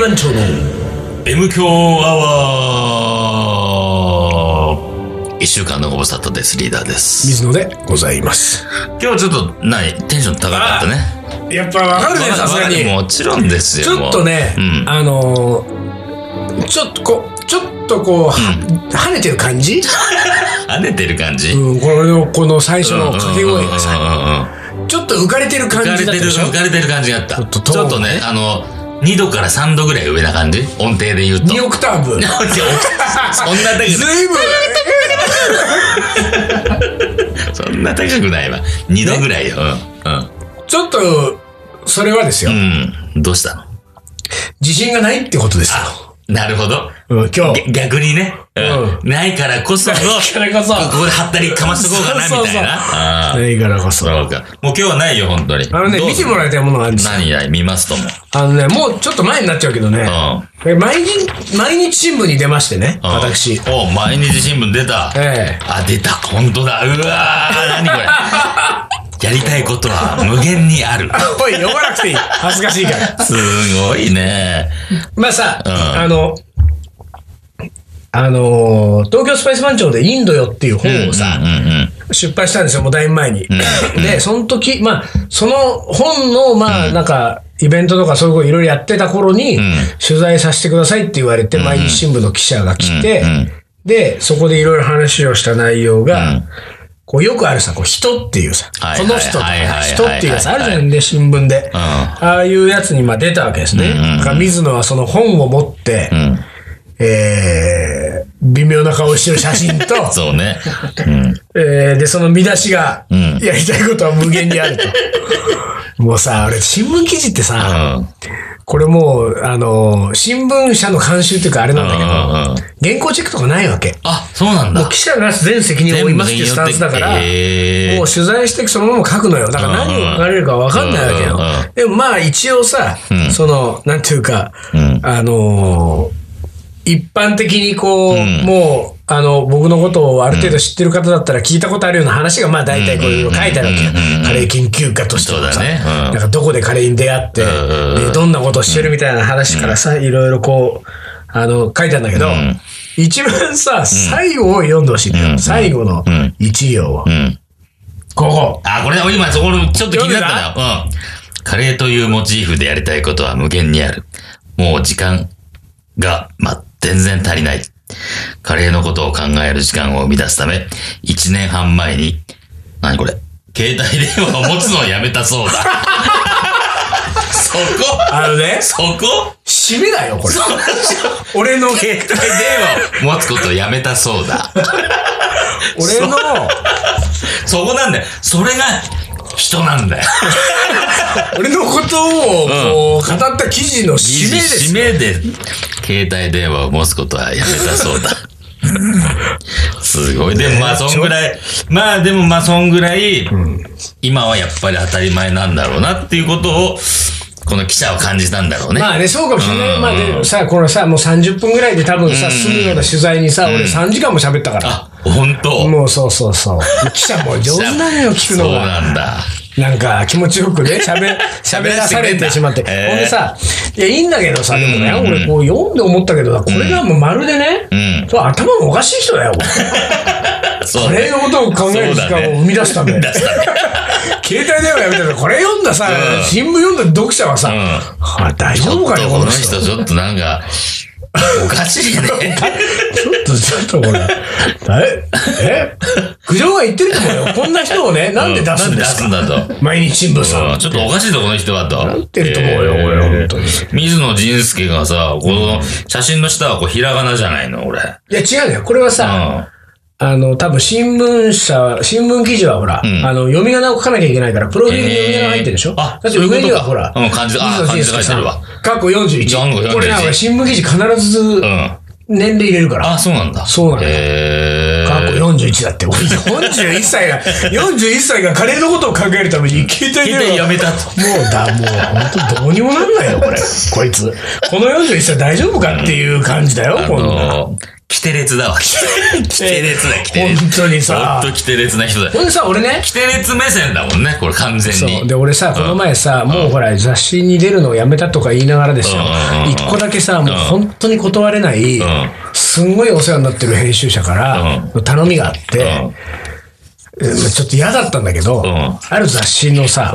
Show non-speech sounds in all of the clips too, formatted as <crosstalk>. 番町の M 強アワー一週間のご無沙汰です。リーダーです。水野でございます。今日はちょっと、ない、テンション高かったね。やっぱわかるね、わさすがに。もちろんですよ。ちょっとね、うんあのーちょっとこう、ちょっとこう、は跳ねてる感じ、跳ねてる感じ。うん、これの、この最初の掛け声がさ、さ、ちょっと浮かれてる感浮かじだれってたる、でしょ浮かれてる感じがあっちょた。ちょっとトーンっとね、あの、2度から3度ぐらい上な感じ音程で言うと。 ?2 オクターブ。 <laughs> そんな <laughs> 高ずくないぶん、い。そんな高くないわ。2度ぐらいよ。ちょっと、それはですよ、うん。うん。どうしたの <laughs> 自信がないってことですよ。なるほど。うん、今日。ぎ逆にね、うんうんないから <laughs> こその、からこそここで張ったりかましとこうかな、そうそうそうみたいな。あーないからこそ。そうか。もう今日はないよ、本当に。あのね、どう見すてるもらいたいものがあるんですよ。何や、見ますとも。あのね、もうちょっと前になっちゃうけどね、うん。え毎日、毎日新聞に出ましてね、うん私。。お毎日新聞出た。ええあ、出た。本当だ。うわー、何こ <laughs> れ。やりたいことは無限にある。おい、読まなくていい。恥ずかしいから。すごいね。 <laughs> まあさ、うんあの、あのー東京スパイス番長でインドよっていう本をさ、うんうん出版したんですよ、もうだいぶ前に。んで、その時、まあ、その本の、まあ、なんか、イベントとかそういうこといろいろやってた頃に、ん取材させてくださいって言われて、毎日新聞の記者が来て、うんうんで、そこでいろいろ話をした内容が、うんこうよくあるさ、こう人っていうさ、はいこの人とかはいはいはいはい人っていうやつあるじゃんね、新聞で。うんああいうやつにまあ出たわけですね。うんうんうんだから水野はその本を持って、うん。うん。えー、微妙な顔をしてる写真と、 <laughs> そうね。うん。えーで、その見出しが、うんやりたいことは無限にある <laughs> と。もうさ、あれ、新聞記事ってさ、うん。これもう、あの、新聞社の監修っていうかあれなんだけど、うんうんうん原稿チェックとかないわけ。あ、そうなんもうだ。記者が全責任を負いますっていうスタンスだから、へーもう取材してそのまま書くのよ。だから何を書かれるか分かんないわけようんうんう。でもまあ一応さ、んその、なんていうか、うんあのー一般的にこう、んもう、あの、僕のことをある程度知ってる方だったら聞いたことあるような話が、まあ大体こういうの書いてあるわけようんうんうんう。んカレー研究家としてもそさ、うだねうんなんかどこでカレーに出会って、うんうんでどんなことをしてるみたいな話からさ、いろいろこう、あの、書いてあるんだけど、ん一番さ、最後を読んでほしいんだよ。うん最後のうん一行を。うん。ここ。あ、これだ、今、そこのちょっと気になったな。うん。カレーというモチーフでやりたいことは無限にある。もう時間が、まあ、全然足りない。カレーのことを考える時間を生み出すため、1年半前に、何これ携帯電話を持つのをやめたそうだ。 <laughs> そこあのね、そこ締めだよ、これ。俺の、携帯電話を持つことをやめたそうだ。俺の、そこなんだよ。それが人なんだよ。俺のことをこう語った記事の締めです。締めで、携帯電話を持つことはやめたそうだ。すごい。でもまあ、そんぐらい、まあでもまあ、そんぐらい、今はやっぱり当たり前なんだろうなっていうことを、この記者は感じたんだろうね。まあね、そうかもしれない。まあでもさ、このさ、もう30分ぐらいで多分さ、済むような取材にさ、俺3時間も喋ったから。あ、本当。もうそうそうそう。記者も上手なのよ、聞くの <laughs> そうが。なんだ。なんか気持ちよくね、喋、喋らされてしまって。ほんえーでさ、いや、いいんだけどさ、でもね、うん俺こう読んで思ったけどさ、これがもうまるでねうん、そう頭がおかしい人だよ、そこうねれのことを考える時間を生み出したんだよ。出したね携帯電話やめたら、これ読んださ、うん新聞読んだ読者はさ、うんはあ、大ち丈ょ夫っかとよ、ここのの人。人、ちょっとなんか、おかしい <laughs> ね。ちょっと、ちょっとこれ。ええ苦情が言ってると思うよ。こんな人をね、なんで出すんですか、なんで出すんだと。毎日新聞さん。うんちょっとおかしいぞ、この人はと。なってると思うよ俺は本当に水野仁介がさ、この写真の下はこうひらがなじゃないの、俺。うん。いや、違うのよ。これはさ、ああの、多分新聞社、新聞記事はほら、んあの、読み仮名を書かなきゃいけないから、プロフィールに読み仮名が入ってるでしょ、えーあだってそういうこと上にはほら、うん漢字あー水野漢字仁介書いてさんるわ。過去41。 41これな、俺新聞記事必ず年齢入れるから。そうなんだ。そうなんだへ過去ー。 41だって、俺41歳が、41歳がカレーのことを考えるために携帯携帯電や話。めたと。もうだ、もう本当どうにもなんないよ、これ。こいつ。この41歳大丈夫かっていう感じだよ、あこんな。の、キテレツだわ。キテレツだ、キテレツ。本当にさほんとキテレツな人だ。ほんでさ、俺ね、キテレツ目線だもんね、これ完全そに。う。で、俺さ、この前さ、もうほら、雑誌に出るのをやめたとか言いながらですようんうんう。ん一個だけさ、もう本当に断れないん、すんごいお世話になってる編集者から、頼みがあって、うんうんちょっと嫌だったんだけど、んある雑誌のうさ、ん。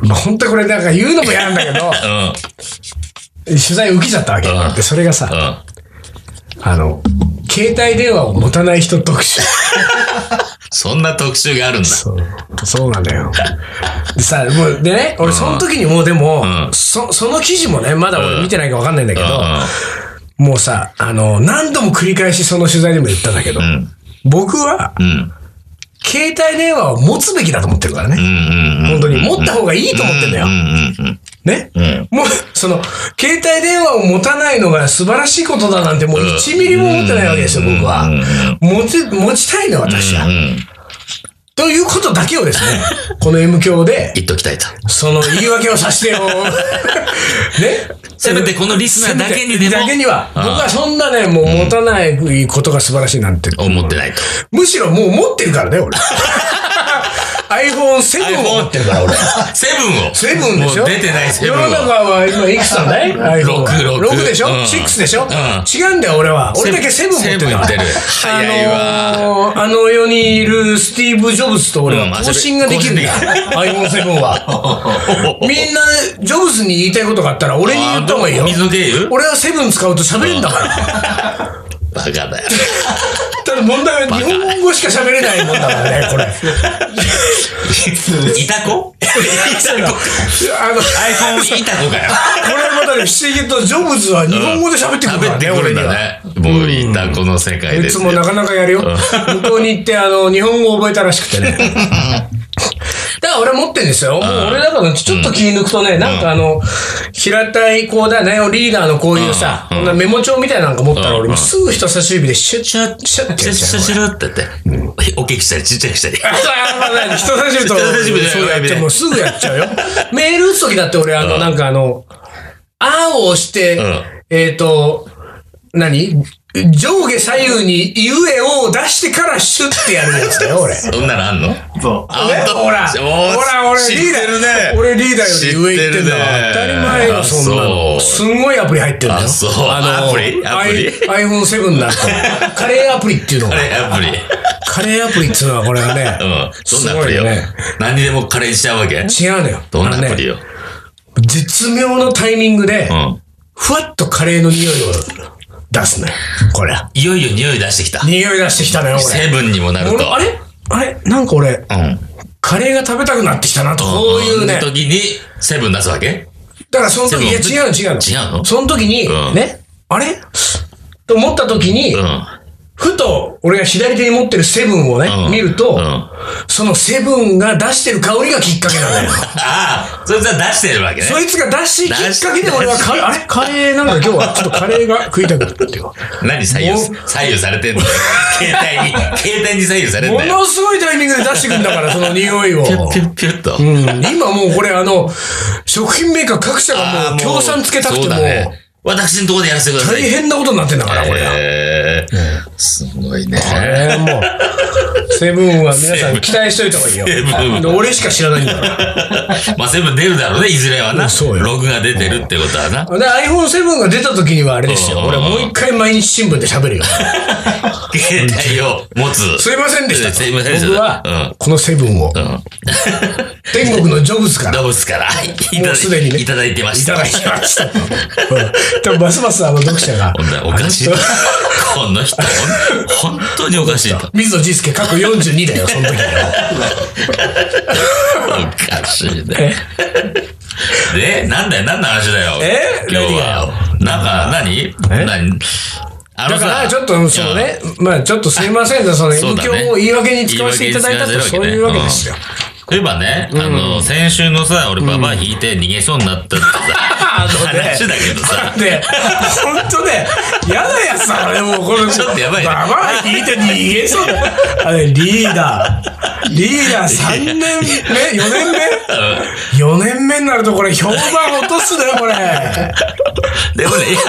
うん。まあ、本当これなんか言うのも嫌なんだけど、う取ん。材受けちゃったわけう。んで、それがさ、あの、携帯電話を持たない人特集。そんな特集があるんだ。そう、そうなんだよ。でさ、もう、でね、俺その時にもうでも、うんそ、その記事もね、まだ俺見てないかわかんないんだけうど、もうさ、あの、何度も繰り返しその取材でも言ったんだけど、ん。うん。僕は、うん。携帯電話を持つべきだと思ってるからうね。ん。うん。本当に。持った方がいいと思ってんだよう。ん。ね。うん。うん。もう、その、携帯電話を持たないのが素晴らしいことだなんて、もう1ミリも思ってないわけですよ、うん僕はうん。持ち、持ちたいの、私うは。ん。ということだけをですね、 <laughs> この M 響で、言っときたいと。その言い訳をさせて <laughs> よ。ねせめてこのリスナーだけにでもだけには。うん僕はそんなね、もう持たないことが素晴らしいなんて。思ってないと。むしろもう持ってるからね、 <laughs> 俺。iPhone7 を持ってるから、俺。セブンを。セブンでしょもう出てないセブン世のを。中は今いくつなん <laughs> だい ?iPhone は。六六6でしょうん ?6 でしょうん違うんだよ、俺は。俺だけセブン持ってるから。セブン持ってる早いわあのーあの世にいるスティーブ・ジョブズと俺は更新ができるんだ。iPhone7 は。み <laughs> んな、ジョブズに言いたいことがあったら俺に言った方がいいよ。水の経由俺はセブン使うと喋れんだから。 <laughs> バカだよ。ただ問題は日本語しか喋れないもんだからね、これ。いたこいたこあの、 iPhone いたこかよ。これまたね、不思議とジョブズは日本語で喋ってくるか喋らってね、くる俺んには。だね。もういたこの世界いでつすもよ。なかなかやるよ。向こうに行って、あの、日本語を覚えたらしくて <laughs> ね。だから俺持ってんですよ。もう俺だからちょっと切り抜くとね、なんかあの、平たいこうだよね、リーダーのこういうさ、うんこんなメモ帳みたいなのが持ったらうん俺もうすぐ人差し指でシュッシュッシュッってシやャっシちャゃうシャってやって。大きくしたりちっちゃくしたり。あまあまあ人差し指と、人差し指でそうやっ親指て、でもうすぐやっちゃ <laughs> うよ。メール打つときだって俺、あの、なんかあの、あーを押してうん、えっと、何上下左右にゆえを出してからシュッてやるやつだよ、俺。そんなのあんのそう。あねほら、ほら、俺リーダー、俺リーダーより上行ってんだわ。当たり前よ、そんなの。すんごいアプリ入ってるんだよ。あそうのアプリアプリ iPhone7 <laughs> だと。カレーアプリっていうのがカ。レーアプリ。 <laughs> カレーアプリっていうのはこれがね、うん。どんなアプリよすごいね。何にでもカレーにしちゃうわけ違うのよ。どんなアプリよよ。絶妙のタイミングでう、ん。ふわっとカレーの匂いを出すのよ。これ。いよいよ匂い出してきた。匂い出してきたのよ、セブンにもな俺。る俺と。あれあれなんか俺、うん。カレーが食べたくなってきたなと。こういうね。時に、セブン出すわけだからその時、いやセ違ブンうの違うの。違うのその時にう、んね、あれと思った時にう、ん。ふと、俺が左手に持ってるセブンをねう、ん見るうとん、あそのセブンが出してる香りがきっかけなのよ。あ、そいつは出してるわけね。そいつが出しきっかけで俺はカレー、あれカレーなんか今日はちょっとカレーが食いたくなって <laughs> よ。何左右、左右されてん <laughs> の携帯に、携帯に左右されんもだよ。のすごいタイミングで出してくんだ <laughs> から、その匂いを。ピュッピュッピュッと。うん、今もうこれあの、食品メーカー各社がああもう協賛つけたくてそもうう、だね。私のところでやらせてくださ大い。変なことになってんだから、これ。えー、すごいね。ええもう、セブンは皆さん期待しといた方がいいよセブンで。俺しか知らないんだから。 <laughs> まあ、セブン出るだろうね、いずれはな。そうよログが出てるってことはな。で、iPhone7 が出た時にはあれですよ。うん俺もう一回毎日新聞で喋 <laughs> るよ。携帯を持つ。すいませんでしたと。すいませんでした僕は、このセブンを、うん。うん。天国のジョブズから、動物から、いもたうすでにだねいいただいてまいしたた。だきましたと。うん <laughs> 多分ますますあの読者がほん、とにおかしいと。この人、ほん本当におかしい <laughs> と。水野仁介過去42だよ、その時は。おかしいね。 <laughs> で、なんだよ、何の話だよ。え今日は。なんか、何何あだのから、さ、ちょっと、そうね、まあちょっとすいませんが、その、そう影だね響を言い訳に使わせていただいたと、そういうわけですよ。といえばね、あの、先週のさ、俺ババア引いて逃げそうになったってさ、 <laughs> あのね話だけどさ、で、ほんとね、嫌なやつだからね、もうこれ。ちょっとやばいねババア引いて逃げそうだ。あれ、リーダー。リーダー3年目 ?4 年目 ?4 年目になるとこれ評判落とすね、これ。でもね、いや、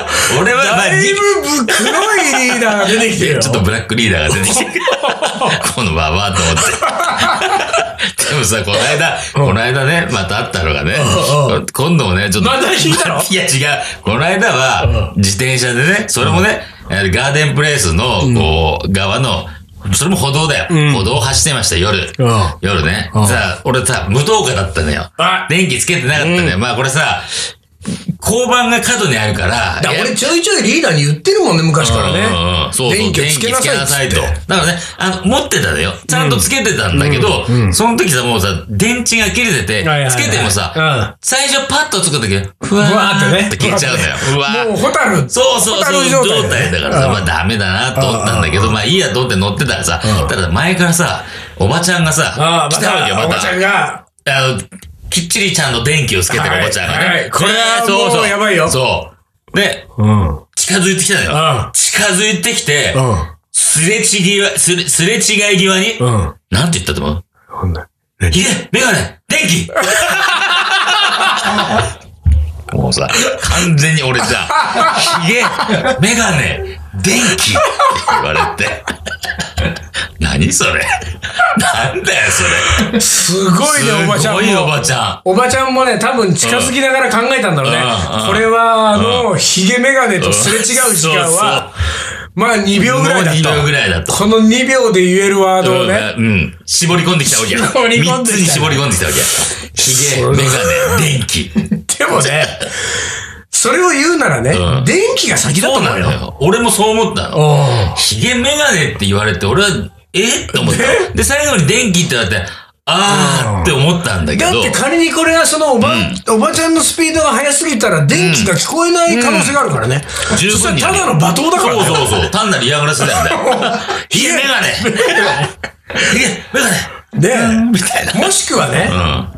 俺は、まあ、だいぶぶ黒いリーダーが出てきてるよ。ちょっとブラックリーダーが <laughs> 出てきて、このババアと <laughs> 思って。でもさ、この間、この間ね、また会ったのがねうんう、今度もね、ちょっと。また引いたの <laughs> いや違う。この間は、自転車でね、それもね、えーガーデンプレイスの、こう、側の、それも歩道だよ。うん歩道を走ってました、夜。うん夜ね。うんさあ、俺さ、無灯火だったのよあ。電気つけてなかったのよ。まあこれさ、交番が角にあるから、だから俺ちょいちょいリーダーに言ってるもんね、昔からね。うんうんうんそうそう、電電気気ををつつけけななさいっつってさいと。だからね、あの、持ってたのよ。ちゃんとつけてたんだけど、その時さ、もうさ、電池が切れててはいはいは、いつけてもうんさ、最初パッとつくとき、ふわふわーっーてねって消えちゃうのよ。うわもうー。ホタル。そうそうそう、ホタル状状態態だからさ、うんまあダメだなと思ったんだけど、まあいいやと思って乗ってたらさ、ただ前からさ、おばちゃんがあさあ、、来たわけよ、また、まおばたち。ゃんが、あの、きっちりちゃんと電気をつけてるおばちゃんがね。はいはいこれはねそうもそうやばいよそう。で、うん。うん。近づいてきたのうよん。近づいてきて、すれちぎわ、すれ、すれ違い際に、うん。なんて言ったと思うほんなひで、メガネ、電気もうさ、完全に俺じゃん。ひげ、メガネ、電気って言われて。何それなんだよ、それ。すごいね、おばちゃんすごいおも。ばちゃん。おばちゃんもね、多分近づきながら考えたんだろうねうんうん。これは、あの、ヒゲメガネとすれ違う時間は、まあ2秒ぐらいだっもう2秒ぐた。らいだった。この2秒で言えるワードをね。うん。絞り込んできたわけや。絞り込んで3きたつに絞り込んできたわけや。ひげ、メガネ、電気。でもね、それを言うならねうん、電気が先だとそう思なうのよ。よ。俺もそう思ったの。おひげメガネって言われて、俺は、えって思った。で、最後に電気って言われて、あーって思ったんだけだど。って仮にこれがそのおば、おばちゃんのスピードが速すぎたら電気が聞こえない可能性があるからね。十そ分にしたらただの罵倒だからね。そうそうそう。単なる嫌がらせだ <laughs> よね。ひげメガネひげメガで、ネみたいな。もしくはね、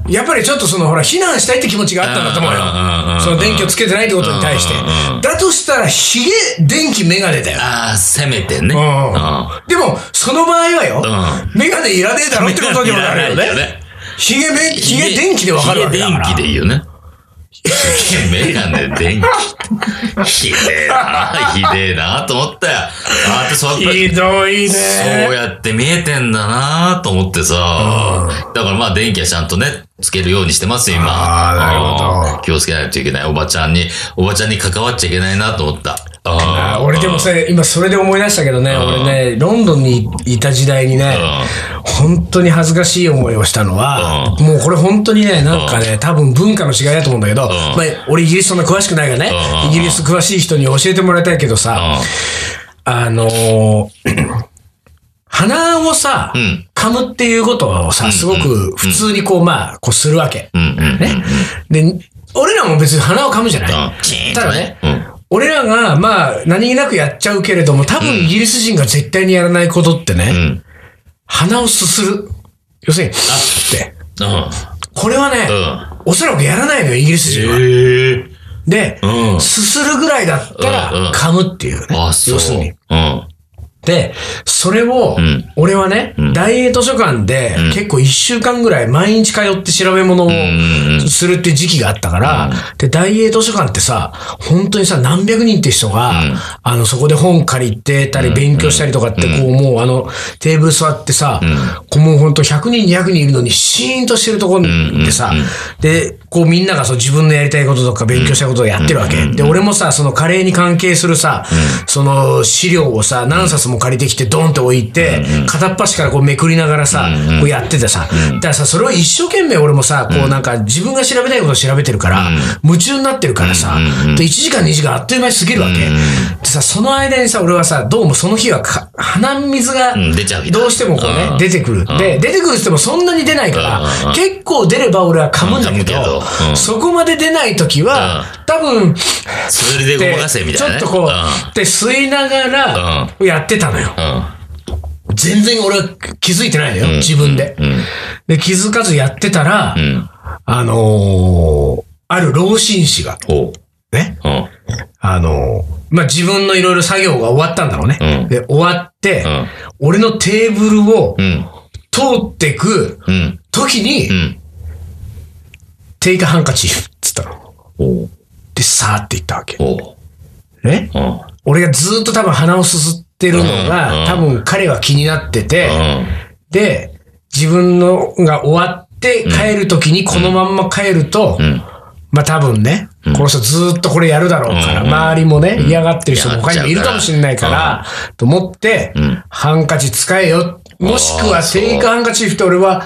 やっぱりちょっとそのほら、避難したいって気持ちがあったんだと思ううんうんうんうんよ。その電気をつけてないってことに対してうんうんう。だとしたら、ヒゲ、電気、メガネだよ。あー、せめてね。うんうでも、その場合はよ、メガネいらねえだろん。ってことにもなるよいらないね。ヒゲ、めヒゲ電気でわかるわけだから。ヒゲ電気でいいよね。ひげメガネ電気。ひでえな、ひでえなと思ったよ。あーってそうやっぱひどいね。そうやって見えてんだなと思ってさ。だからまあ電気はちゃんとね、つけるようにしてますよ、今。あーなるほどうん気をつけないといけない。おばちゃんに、おばちゃんに関わっちゃいけないなと思った。ああーー俺でも、さ、今それで思い出したけどね、俺ね、ロンドンにいた時代にね、本当に恥ずかしい思いをしたのは、もうこれ本当にね、なんかね、多分文化の違いだと思うんだけど、まあ、俺イギリスそんな詳しくないからねう、んイギリス詳しい人に教えてもらいたいけどさ、あのー <clears throat> 鼻をさ、うん噛むっていうことをさ、すごく普通にこう、まあ、こうするわけ。うん。うんうんうん。ね。で、俺らも別に鼻を噛むじゃない。うんチーンとただね、うん俺らが、まあ、何気なくやっちゃうけれども、多分イギリス人が絶対にやらないことってね、うん。鼻をすする。要するに、って。うん。これはね、おそらくやらないのよ、イギリス人は。ええ。で、うんすするぐらいだったうんうんら噛むっていうね。あ、そう。要するに。うん。で、それを、ん俺はね、大英図書館で、結構一週間ぐらい毎日通って調べ物をんするって時期があったから、で、大英図書館ってさ、本当にさ、何百人って人が、あの、そこで本借りてたり、勉強したりとかって、こう、もうあの、テーブル座ってさ、こうもう本当100人、200人いるのに、シーンとしてるとこでさ、で、こうみんながそう自分のやりたいこととか勉強したことをやってるわけ。で、俺もさ、そのカレーに関係するさ、その資料をさ、何冊も借りてきてドンって置いて、片っ端からこうめくりながらさ、こうやっててさ、だからさ、それを一生懸命俺もさ、こうなんか自分が調べたいことを調べてるから、夢中になってるからさ、で1時間2時間あっという間に過ぎるわけ。でさ、その間にさ、俺はさ、どうもその日はか鼻水がうん出ちゃう日だどうしてもこううんね、出てくる。で、出てくるって言ってもそんなに出ないからうん、結構出れば俺は噛むんだけうん噛むどけどうん、そこまで出ない時は、多分、それでごまかせみちたょいなね。っとこうう、で、吸いながら、やってたのよ。ん。うん。全然俺は気づいてないのよ、自分で。で、気づかずやってたら、んあのーある老紳士が、ほう。ね、うん。あのーまあ、自分のいろいろ作業が終わったんだろうね。うんで、終わって、うん俺のテーブルをうん。通ってくうん。時に、うん。テイクハンカチーフっつったの。ほう。ってさーって行ったわけ。おう。ねうん。うん。俺がずーっと多分鼻をすすってるのうんうがん、多分彼は気になってて、で、自分のが終わって帰るときにこのまんま帰ると、うん。まあ多分ね、んこの人ずーっとこれやるだろうから、うんうん周りもね、嫌がってる人も嫌がっ他ちにもゃうからいるかもしれないから、と思ってうん、ハンカチ使えよ。もしくあはーそうテイクハンカチーフって俺は、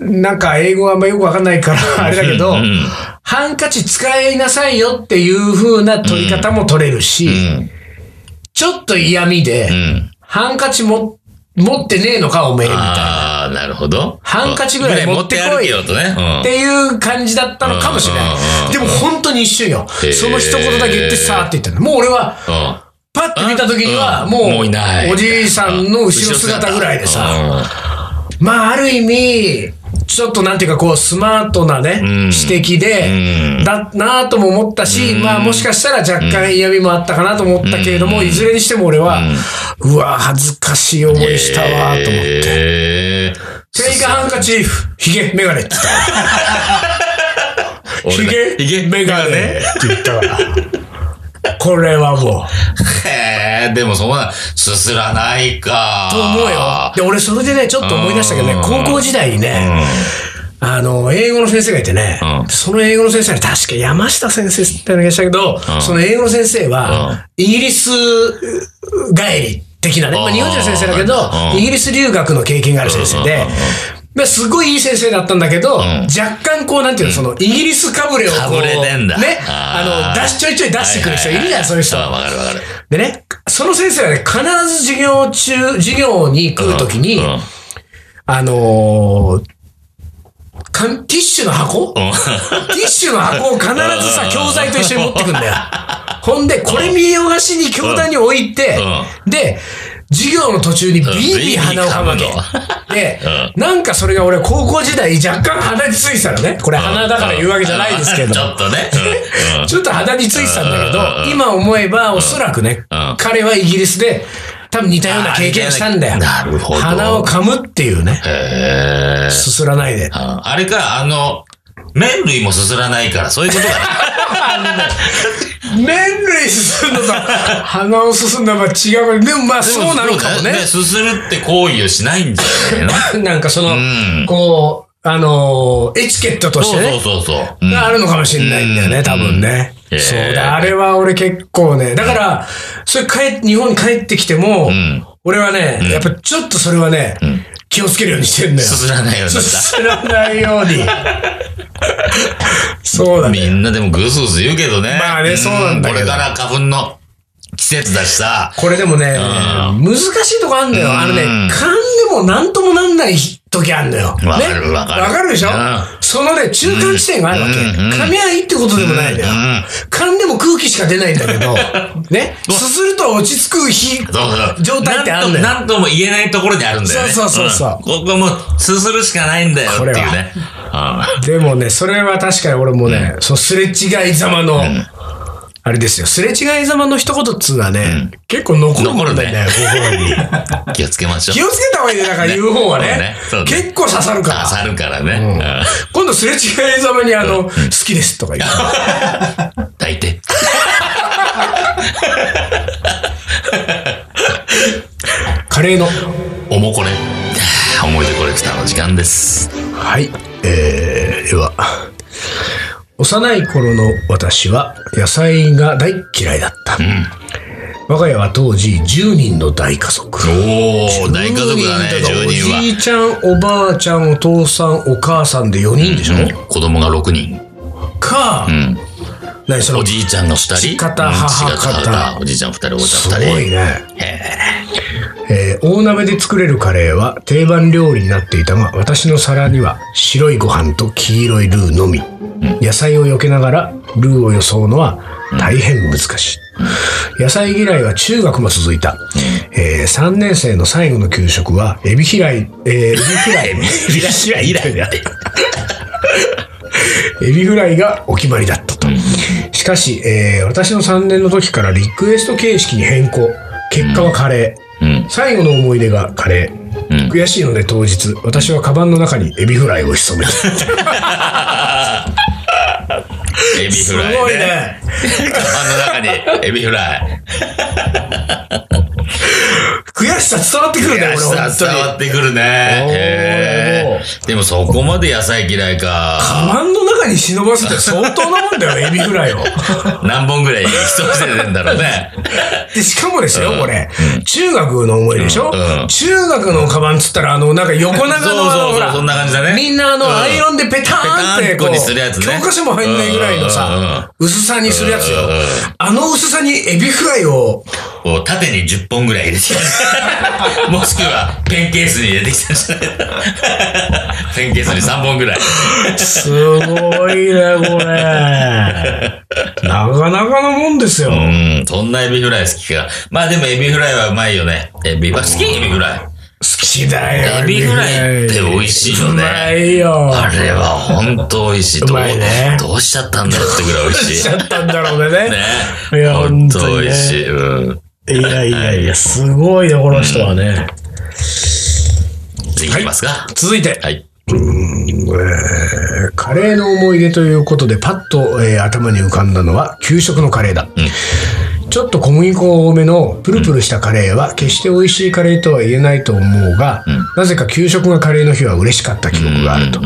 なんか英語はあんまよくわかんないから、あれだけどうんうん、ハンカチ使いなさいよっていう風な取り方も取れるうし、ん。ちょっと嫌味でう、ん。ハンカチも持ってねえのか、おめえみたいな。ああ、なるほど。ハンカチぐらい持ってこいぐら持って歩けよとね。うんっていう感じだったのかもしれないうん。でも本当に一瞬よ。へーその一言だけ言ってさーって言ったの。もう俺は、うん。パッて見た時には、もう、もういない。おじいさんの後ろ姿ぐらいでさ、まあ、ある意味、ちょっとなんていうかこう、スマートなね、ん指摘でう、んだなぁとも思ったし、まあもしかしたら若干嫌味もあったかなと思ったけれども、いずれにしても俺は、うわぁ、恥ずかしい思いしたわーと思って。て。テイカハンカチーフ、ヒゲ、メガネって言った。ヒゲ、ヒゲ、メガネって言ったから。これはもう、へえ、でもそんな、すすらないか。と思うよ。で、俺それでね、ちょっと思い出したけどねう、ん高校時代にね、あの、英語の先生がいてねう、んその英語の先生に確か山下先生って言ったしたけど、その英語の先生うはん、イギリス帰り的なね、まあうん日本人の先生だけどう、んイギリス留学の経験がある先生うんで、ですごいいい先生だったんだけど、ん若干こう、なんていうの、その、イギリスかぶれをこう、かぶれてんだ。ね、ーあの、出し、ちょいちょい出してくる人いるじゃん、そういう人。あわかるわかる。でね、その先生はね、必ず授業中、授業に来るときに、うんうんあのーかんティッシュの箱、ティッシュの箱を必ずうさん、教材と一緒に持ってくんだよ。ほんで、これ見よがしに教壇に置いて、で、授業の途中にビービー鼻をかむわうんビービーけ。で、なんかそれが俺高校時代若干鼻についてたのね。これ <laughs> 鼻だから言うわけじゃないですけど。ちょっと <laughs> ね。うんうんちょっと肌についてたんだけうんど、今思えばおそらくねうん、彼はイギリスで多分似たような経験をしたんだよ。なるほど鼻を噛むっていうね。へえ。すすらないで。ああれか、あの、麺類もすすらないから、そういうことだな。麺類すすんのと <laughs> 鼻をすすんだは違うからでもまあ <laughs> そうなのかもでね。すするって行為をしないんじゃないのなんかそのん、こう、あのー、エチケットとしてそうそねう。そうそう。うんがあるのかもしれないんだようね、ん多分ね。うんそうへえだ、あれは俺結構ね、だから、それ帰っ、日本に帰ってきてもん、俺はね、やっぱちょっとそれはね、気をつけるようにしてんだよ。すすらないようになっすすらないよう <laughs> に。そうだた。ね。みんなでもグスグス言うけどね。まあねそうなんだけどこれから花粉の季節だしさ。これでもね、難しいとこあんだよ。あのね、勘でもなんともなんない時あんだよ。ねわかるわかるわかるでしょうんそのね、中間地点があるわけ。うんうん噛み合いってことでもないんだようん。勘でも空気しか出ないんだけ <laughs> ど、ね、すすると落ち着く日、そうそう状態ってあるんだよ。なんとなんとも言えないところにあるんだよね。そうそうそうそうんここもうすするしかないんだよっていこうれね。うんでもね、それは確かに俺もね、そうすれ違いざまの、あれですよ、すれ違いざまの一言っつうのはね、結構残るもんだよね、心に。 <laughs> 気をつけましょ気う。をつけた方がいいね、だから言う方はねそうねそう。ね結構刺さるから。刺さるからね。今度すれ違いざまにあの、好きですとか言う。うん抱いて。カレーの。おもこれ。思い出コレクターの時間です。はい。えー、では。幼い頃の私は野菜が大嫌いだった。我が家は当時10人の大家族。おお大家族だね、 10 10人おじは。いちゃん、おばあちゃん、お父さん、お母さんで4人でしょ、うん子供が6人。か、うん。何そのおじいちゃんが2人。父方うん母父方おじいちゃん2人、おばあちすゃん2人。ごいね。へえー大鍋で作れるカレーは定番料理になっていたが私の皿には白いご飯と黄色いルーのみ、野菜を避けながらルーを装うのは大変難しい、野菜嫌いは中学も続いた、え3年生の最後の給食はエビ嫌い、えーエビフ <laughs> ライエビえ。イライライライラ。エビフライがお決まりだったと。しかし、えー私の3年の時からリクエスト形式に変更。結果はカレー。うん最後の思い出がカレー。うん悔しいので当日、私はカバンの中にエビフライを潜めた。エビすフごライ、ね。い。ね。カバンの中にエビフライ。悔しさ伝わってくるね、悔し俺、本さ当伝に。わってくおるね。ーへーでもそこまで野菜嫌い <laughs> か。カバンの中に忍ばすって相当なもんだ <laughs> よね、エビフライを。何本ぐらい潜せてるんだろうね。 <laughs> で、しかもですよ、うんこれ。中学の思いでしょうんうん中学のカバンつったら、あの、なんか横長の、あそうそうそのうほらそんな感じだねみんなあうの、んアイロンでペターンって、ペターンここう、にするやつね教科書も入んないぐらいのうんうんさ、薄さにするやつようんうんうん。あの薄さにエビフライを、こう縦に10本ぐらい入れてきた。 <laughs> もしくはペンケースに入れてきたんじゃない <laughs> ペンケースに3本ぐらい。すごいね、これ。 <laughs> なかなかのもんですよ。うん、そんなエビフライ好きか。まあでもエビフライはうまいよね。エビは好きエビフライ。好きだよ。エビフライって美味しいよねうまいよ。あれは本当美味しい。うまいねどうどうしちゃったんだろうってぐらい <laughs> 美味ししちい。ゃったんだろうね。ね。いや本当本当にね美味しい。うん。いやいやいや、すごいね、この人はね。次行きますか。続いて、はい。えーカレーの思い出ということで、パッと、えー頭に浮かんだのは、給食のカレーだ。ちょっと小麦粉多めのプルプルしたカレーは、決して美味しいカレーとは言えないと思うが、なぜか給食がカレーの日は嬉しかった記憶があると。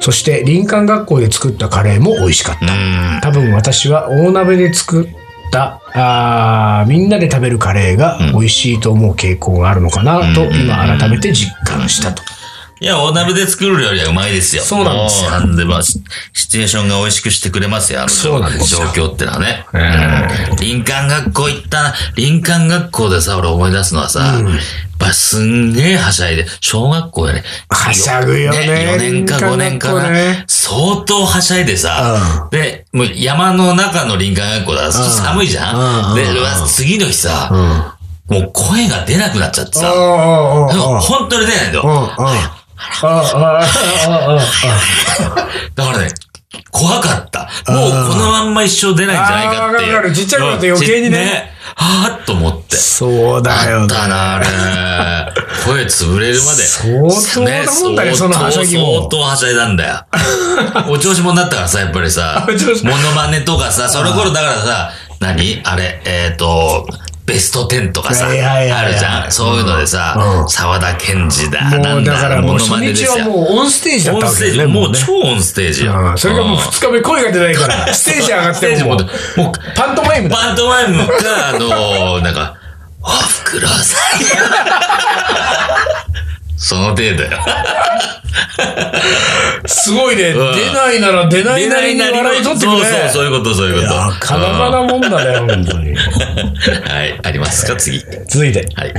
そして、林間学校で作ったカレーも美味しかった。うん。多分私は大鍋で作ったあーみんなで食べるカレーが美味しいと思う傾向があるのかなと、うん今改めて実感したと。いや、お鍋で作る料理はうまいですよ。そうなんですよもうなんで、まあ、シシチュエーションが美味しくしてくれますよ、あのそうなんですよ状況ってのはね。うん。林間学校行ったな、林間学校でさ、俺思い出すのはさ、やっぱすんげえはしゃいで、小学校やね。はしゃぐよね4年か5年林間学か校な。ね相当はしゃいでさ、で、もう山の中の林間学校だから、寒いじゃうん。んでうん、うわ次の日さ、もう声が出なくなっちゃってあさ、あでも本当に出ないんだよ。だからね、怖かった。もうこのまんま一生出ないんじゃないかっていう。あーわかるわかるちっちゃい頃って余計にねうんねはぁっと思って。そうだあよね。ったな、あれ。声潰れるまで。相当なもんだねそのはしゃぎも相当はしゃいだん <laughs> だよ。お調子者になったからさ、やっぱりさ、おモ調子ノマネとかさ、その頃だからさ、何あれ、えっと、ベスト10とかさ、あはいるはいはいはいじゃんそういうのでうさん、沢田研二だ、なもうんだからだ、もうモノ初マネで日すはよ。もうオンステージだっオたンわスけテだージ、よね。もううね超オンステージよう。んそれがもううん2日目声が出ない <laughs> から、ステージ上がステーってジももう、もう、パントマイムだ。バンドマイムか、あのー、なんか、おふくろさん。その程度よ。すごいね。うん出ないなら出ないなりに笑い取ってくそうれ。そう、そういうこと、そういうこと。なかなかなもんだね、本当に。うんはい、ありますか、次。続いて。はい。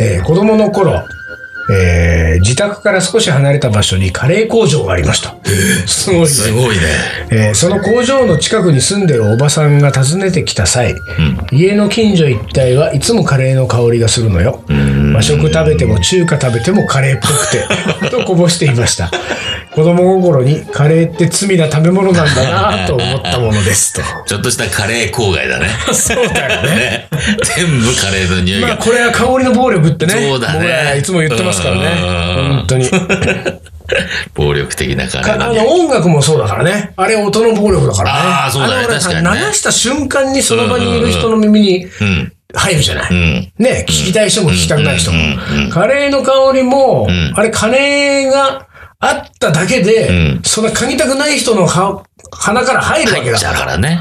えー子供の頃、えー自宅から少し離れた場所にカレー工場がありました。すごいですすね。ごいね。えーその工場の近くに住んでるおばさんが訪ねてきた際、家の近所一帯はいつもカレーの香りがするのよ。和食食べても中華食べてもカレーっ <laughs> ぽくて、とこぼしていました。子供心にカレーって罪な食べ物なんだ <laughs> なと思ったものですと。ちょっとしたカレー郊外だね。そうだよね。ね全部カレーの匂いまあ、が。これは香りの暴力ってね。そうだね僕らいつも言ってますからうんね。本当に。暴力的なカレーかのあ匂いの、。音楽もそうだからね。あれ、音の暴力だからね。あーそうだねあれは確かにね流した瞬間にその場にいる人の耳にうん。入るじゃなうい。ん。ね、聞きたい人も聞きたくない人もうんうんう。カレーの香りもん、あれ、カレーがあっただけでうん、そんな嗅ぎたくない人のは鼻から入るわけ入っだちゃかうら。からね。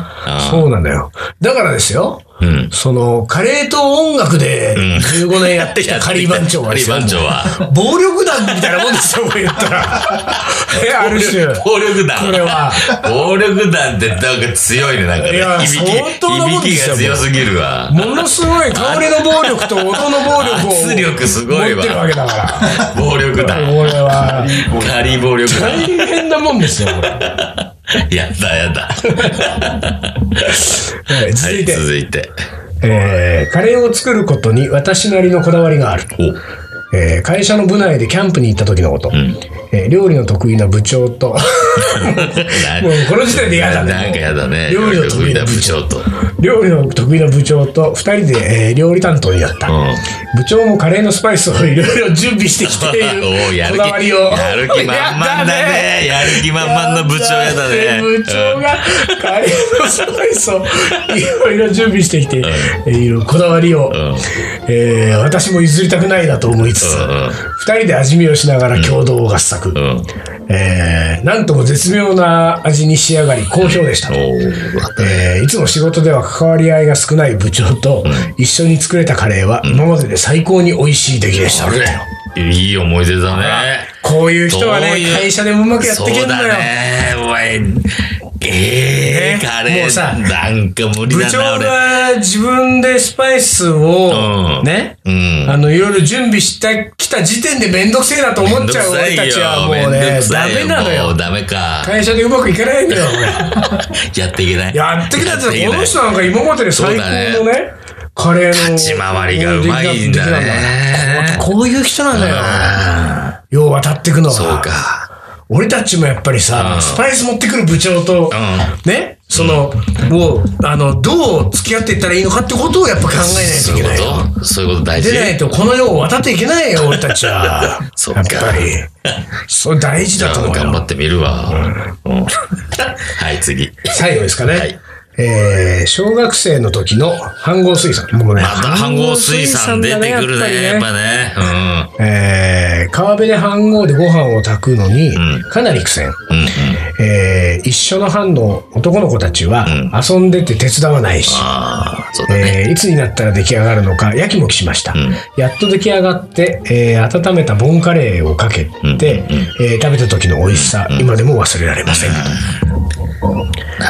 そうなんだよ。だからですよ。うん。うん。その、カレーと音楽で15年やってきたカリー番長はカでリすーよ番長は。暴力団みたいなもんですよ、これ言った <laughs> ら。え、ある種。こ暴力団。れは。暴力団ってなんか強いね、なんかね。いや響き、相当なもんですよ響きが強すぎるわ。ものすごい香りの暴力と音の暴力を。 <laughs> 圧力すごい持っわてるわけだか暴力ら。団。これは。仮暴力大団。変なもんですよ、これ。やだやはいだ。は続いい、て、続いて。えーカレーを作ることに私なりのこだわりがある。お、えー会社の部内でキャンプに行った時のこと、えー料理の得意な部長と、もうこの時点で嫌だねなんか嫌だね。料理の得意な部長と。うん。料理の得意な部長と2人で、えー料理担当になった、部長もカレーのスパイスをいろいろ準備してきてい <laughs> おーやるる <laughs> こ気だ <laughs> わりをやる気満々だね。やる気満々の部長やだ <laughs> ね。部長がカレーのスパイスをいろいろ準備してきて、いろいろこだわりを、うん。うんえー私も譲りたくないなと思いつつ、う二んうん人で味見をしながら共同合作、うん。えーなんとも絶妙な味に仕上がり好評でしたと。おー、よかったね。えーいつも仕事では関わり合いが少ない部長と一緒に作れたカレーは今までで最高に美味しい出来でした、あれいい思い出だね。こういう人はねそういう会社でもうまくやっていけるそうんだだよね。おい、えねー、カレー。もうさなんか無理部だ長な、俺。が自分でスパイスうをんね、うん。あのいろいろ準備してきた時点でめんどくせえなと思っちゃう俺たちはもうめんどねくダさいよメなのもうよダメか。会社でうまくいかないのよ <laughs> こやっていけない。れやってきたってやこの人なんか今までで最高そうのねカレーの立ち回りがうまいんだねこうこういう人なんだよあ要は立ってくのーそうがか。俺たちもやっぱりうさんスパイス持ってくる部長とうねそのもうあのどう付き合っていったらいいのかってことをやっぱ考えないとそいういけないうよことそういうこと大事。出ないとこの世を渡っていけないよ、俺たちは。 <laughs> そっやっかぱり。それ大事じゃだあと思う頑張よ。ってみるわ。うんはい、次。最後ですかね。はいえー小学生の時の飯合水産。もうね、また飯合水産出てくるね、やっぱね。えー川辺で飯合でご飯を炊くのにん、かなり苦戦。うん。うんうん。えー一緒の班の男の子たちはん遊んでて手伝わないし、ああ、そうだね。えーいつになったら出来上がるのかやきもきしました、んやっと出来上がって、えー温めたボンカレーをかけて、うんうんうんえー食べた時の美味しさ、今でも忘れられません、な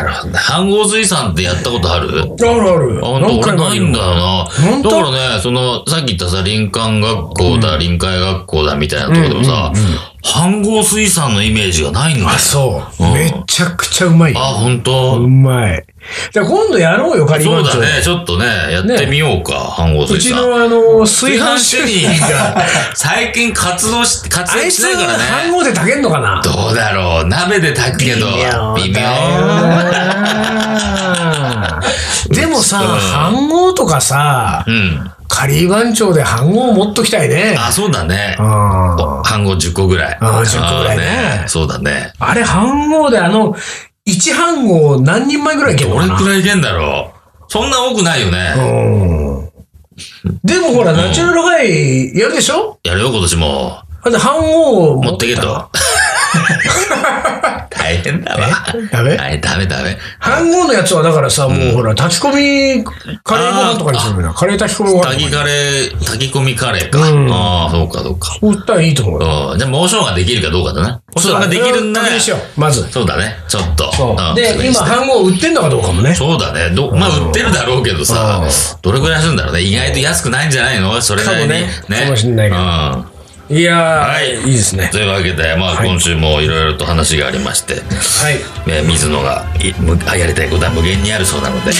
るほどね。飯合水産ってやったことあるあるあるあ、本当俺ないんだよな。本当だからね、その、さっき言ったさ、林間学校だ、臨海学校だみたいなとこでもさ、飯合水産のイメージがないんだよ。あそう、うんめちゃくちゃうまいよあ、本当、うまいじゃあ今度やろうよカリそバうンチョだね、ちょっとね、やってみようか、飯合う水ち産。のあの炊飯主炊任飯主が任最近活動し、<laughs> 活あ躍いしつないから飯ね。合で炊けんのかなどうだろう鍋で炊くけど、微妙。だよでもさ、飯合とかさ、うん。カリー番長で飯合持っときたいね。あ、そうだね。あ飯合10個ぐらい。あー10個ぐらいねあーそうだね。あれ、飯合であの、1飯合何人前ぐらいいけるのどかれなくらいいけんだろうそんな多くないよね。うんでもほら、ナチュラルハイやるでしょやるよ、今年も。あと飯合持ってけと。 <laughs> 大変だわ。ダメはい、ダメダメ。飯合のやつはだからさ、もうほら、炊き込みカレーご飯とかにするんだ。カレー炊き込みご飯とか炊きに。カレー、炊き込みカレーか。うんああ、そうか、そうか。そうしたらいいと思うよ。うん。じゃあ、モーションができるかどうかだな。モーションができるんなそれを確ら。認しよそうまず。うだね。ちょっと。そんう。で、今、。飯合売ってんのかどうかもね。そうだね。ど、まあ、売ってるだろうけどさうん、どれくらいするんだろうね。意外と安くないんじゃないのそれなりに。かもねかもしんないけどうん。いやはー、いいいですね。 <laughs> というわけで、まあ、はい今週もいろいろと話がありまして、はい。えー水野がいむあやりたいことは無限にあるそうなので。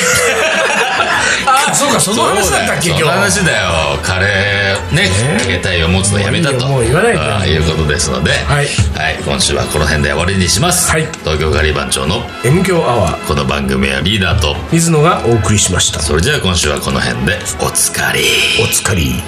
あ、そう <laughs> か、その話だったっけ、今そうだよそ日の。話だよ。カレーね、ねかけたいを持つのやめたと。もういいよもう言わないでああいうことですので、はい今週はこの辺で終わりにします。はい東京カリー番長の M 強アワーこの番組はリーダーと、水野がお送りしましたそれじゃあ今週はこの辺でおつかり。おつかり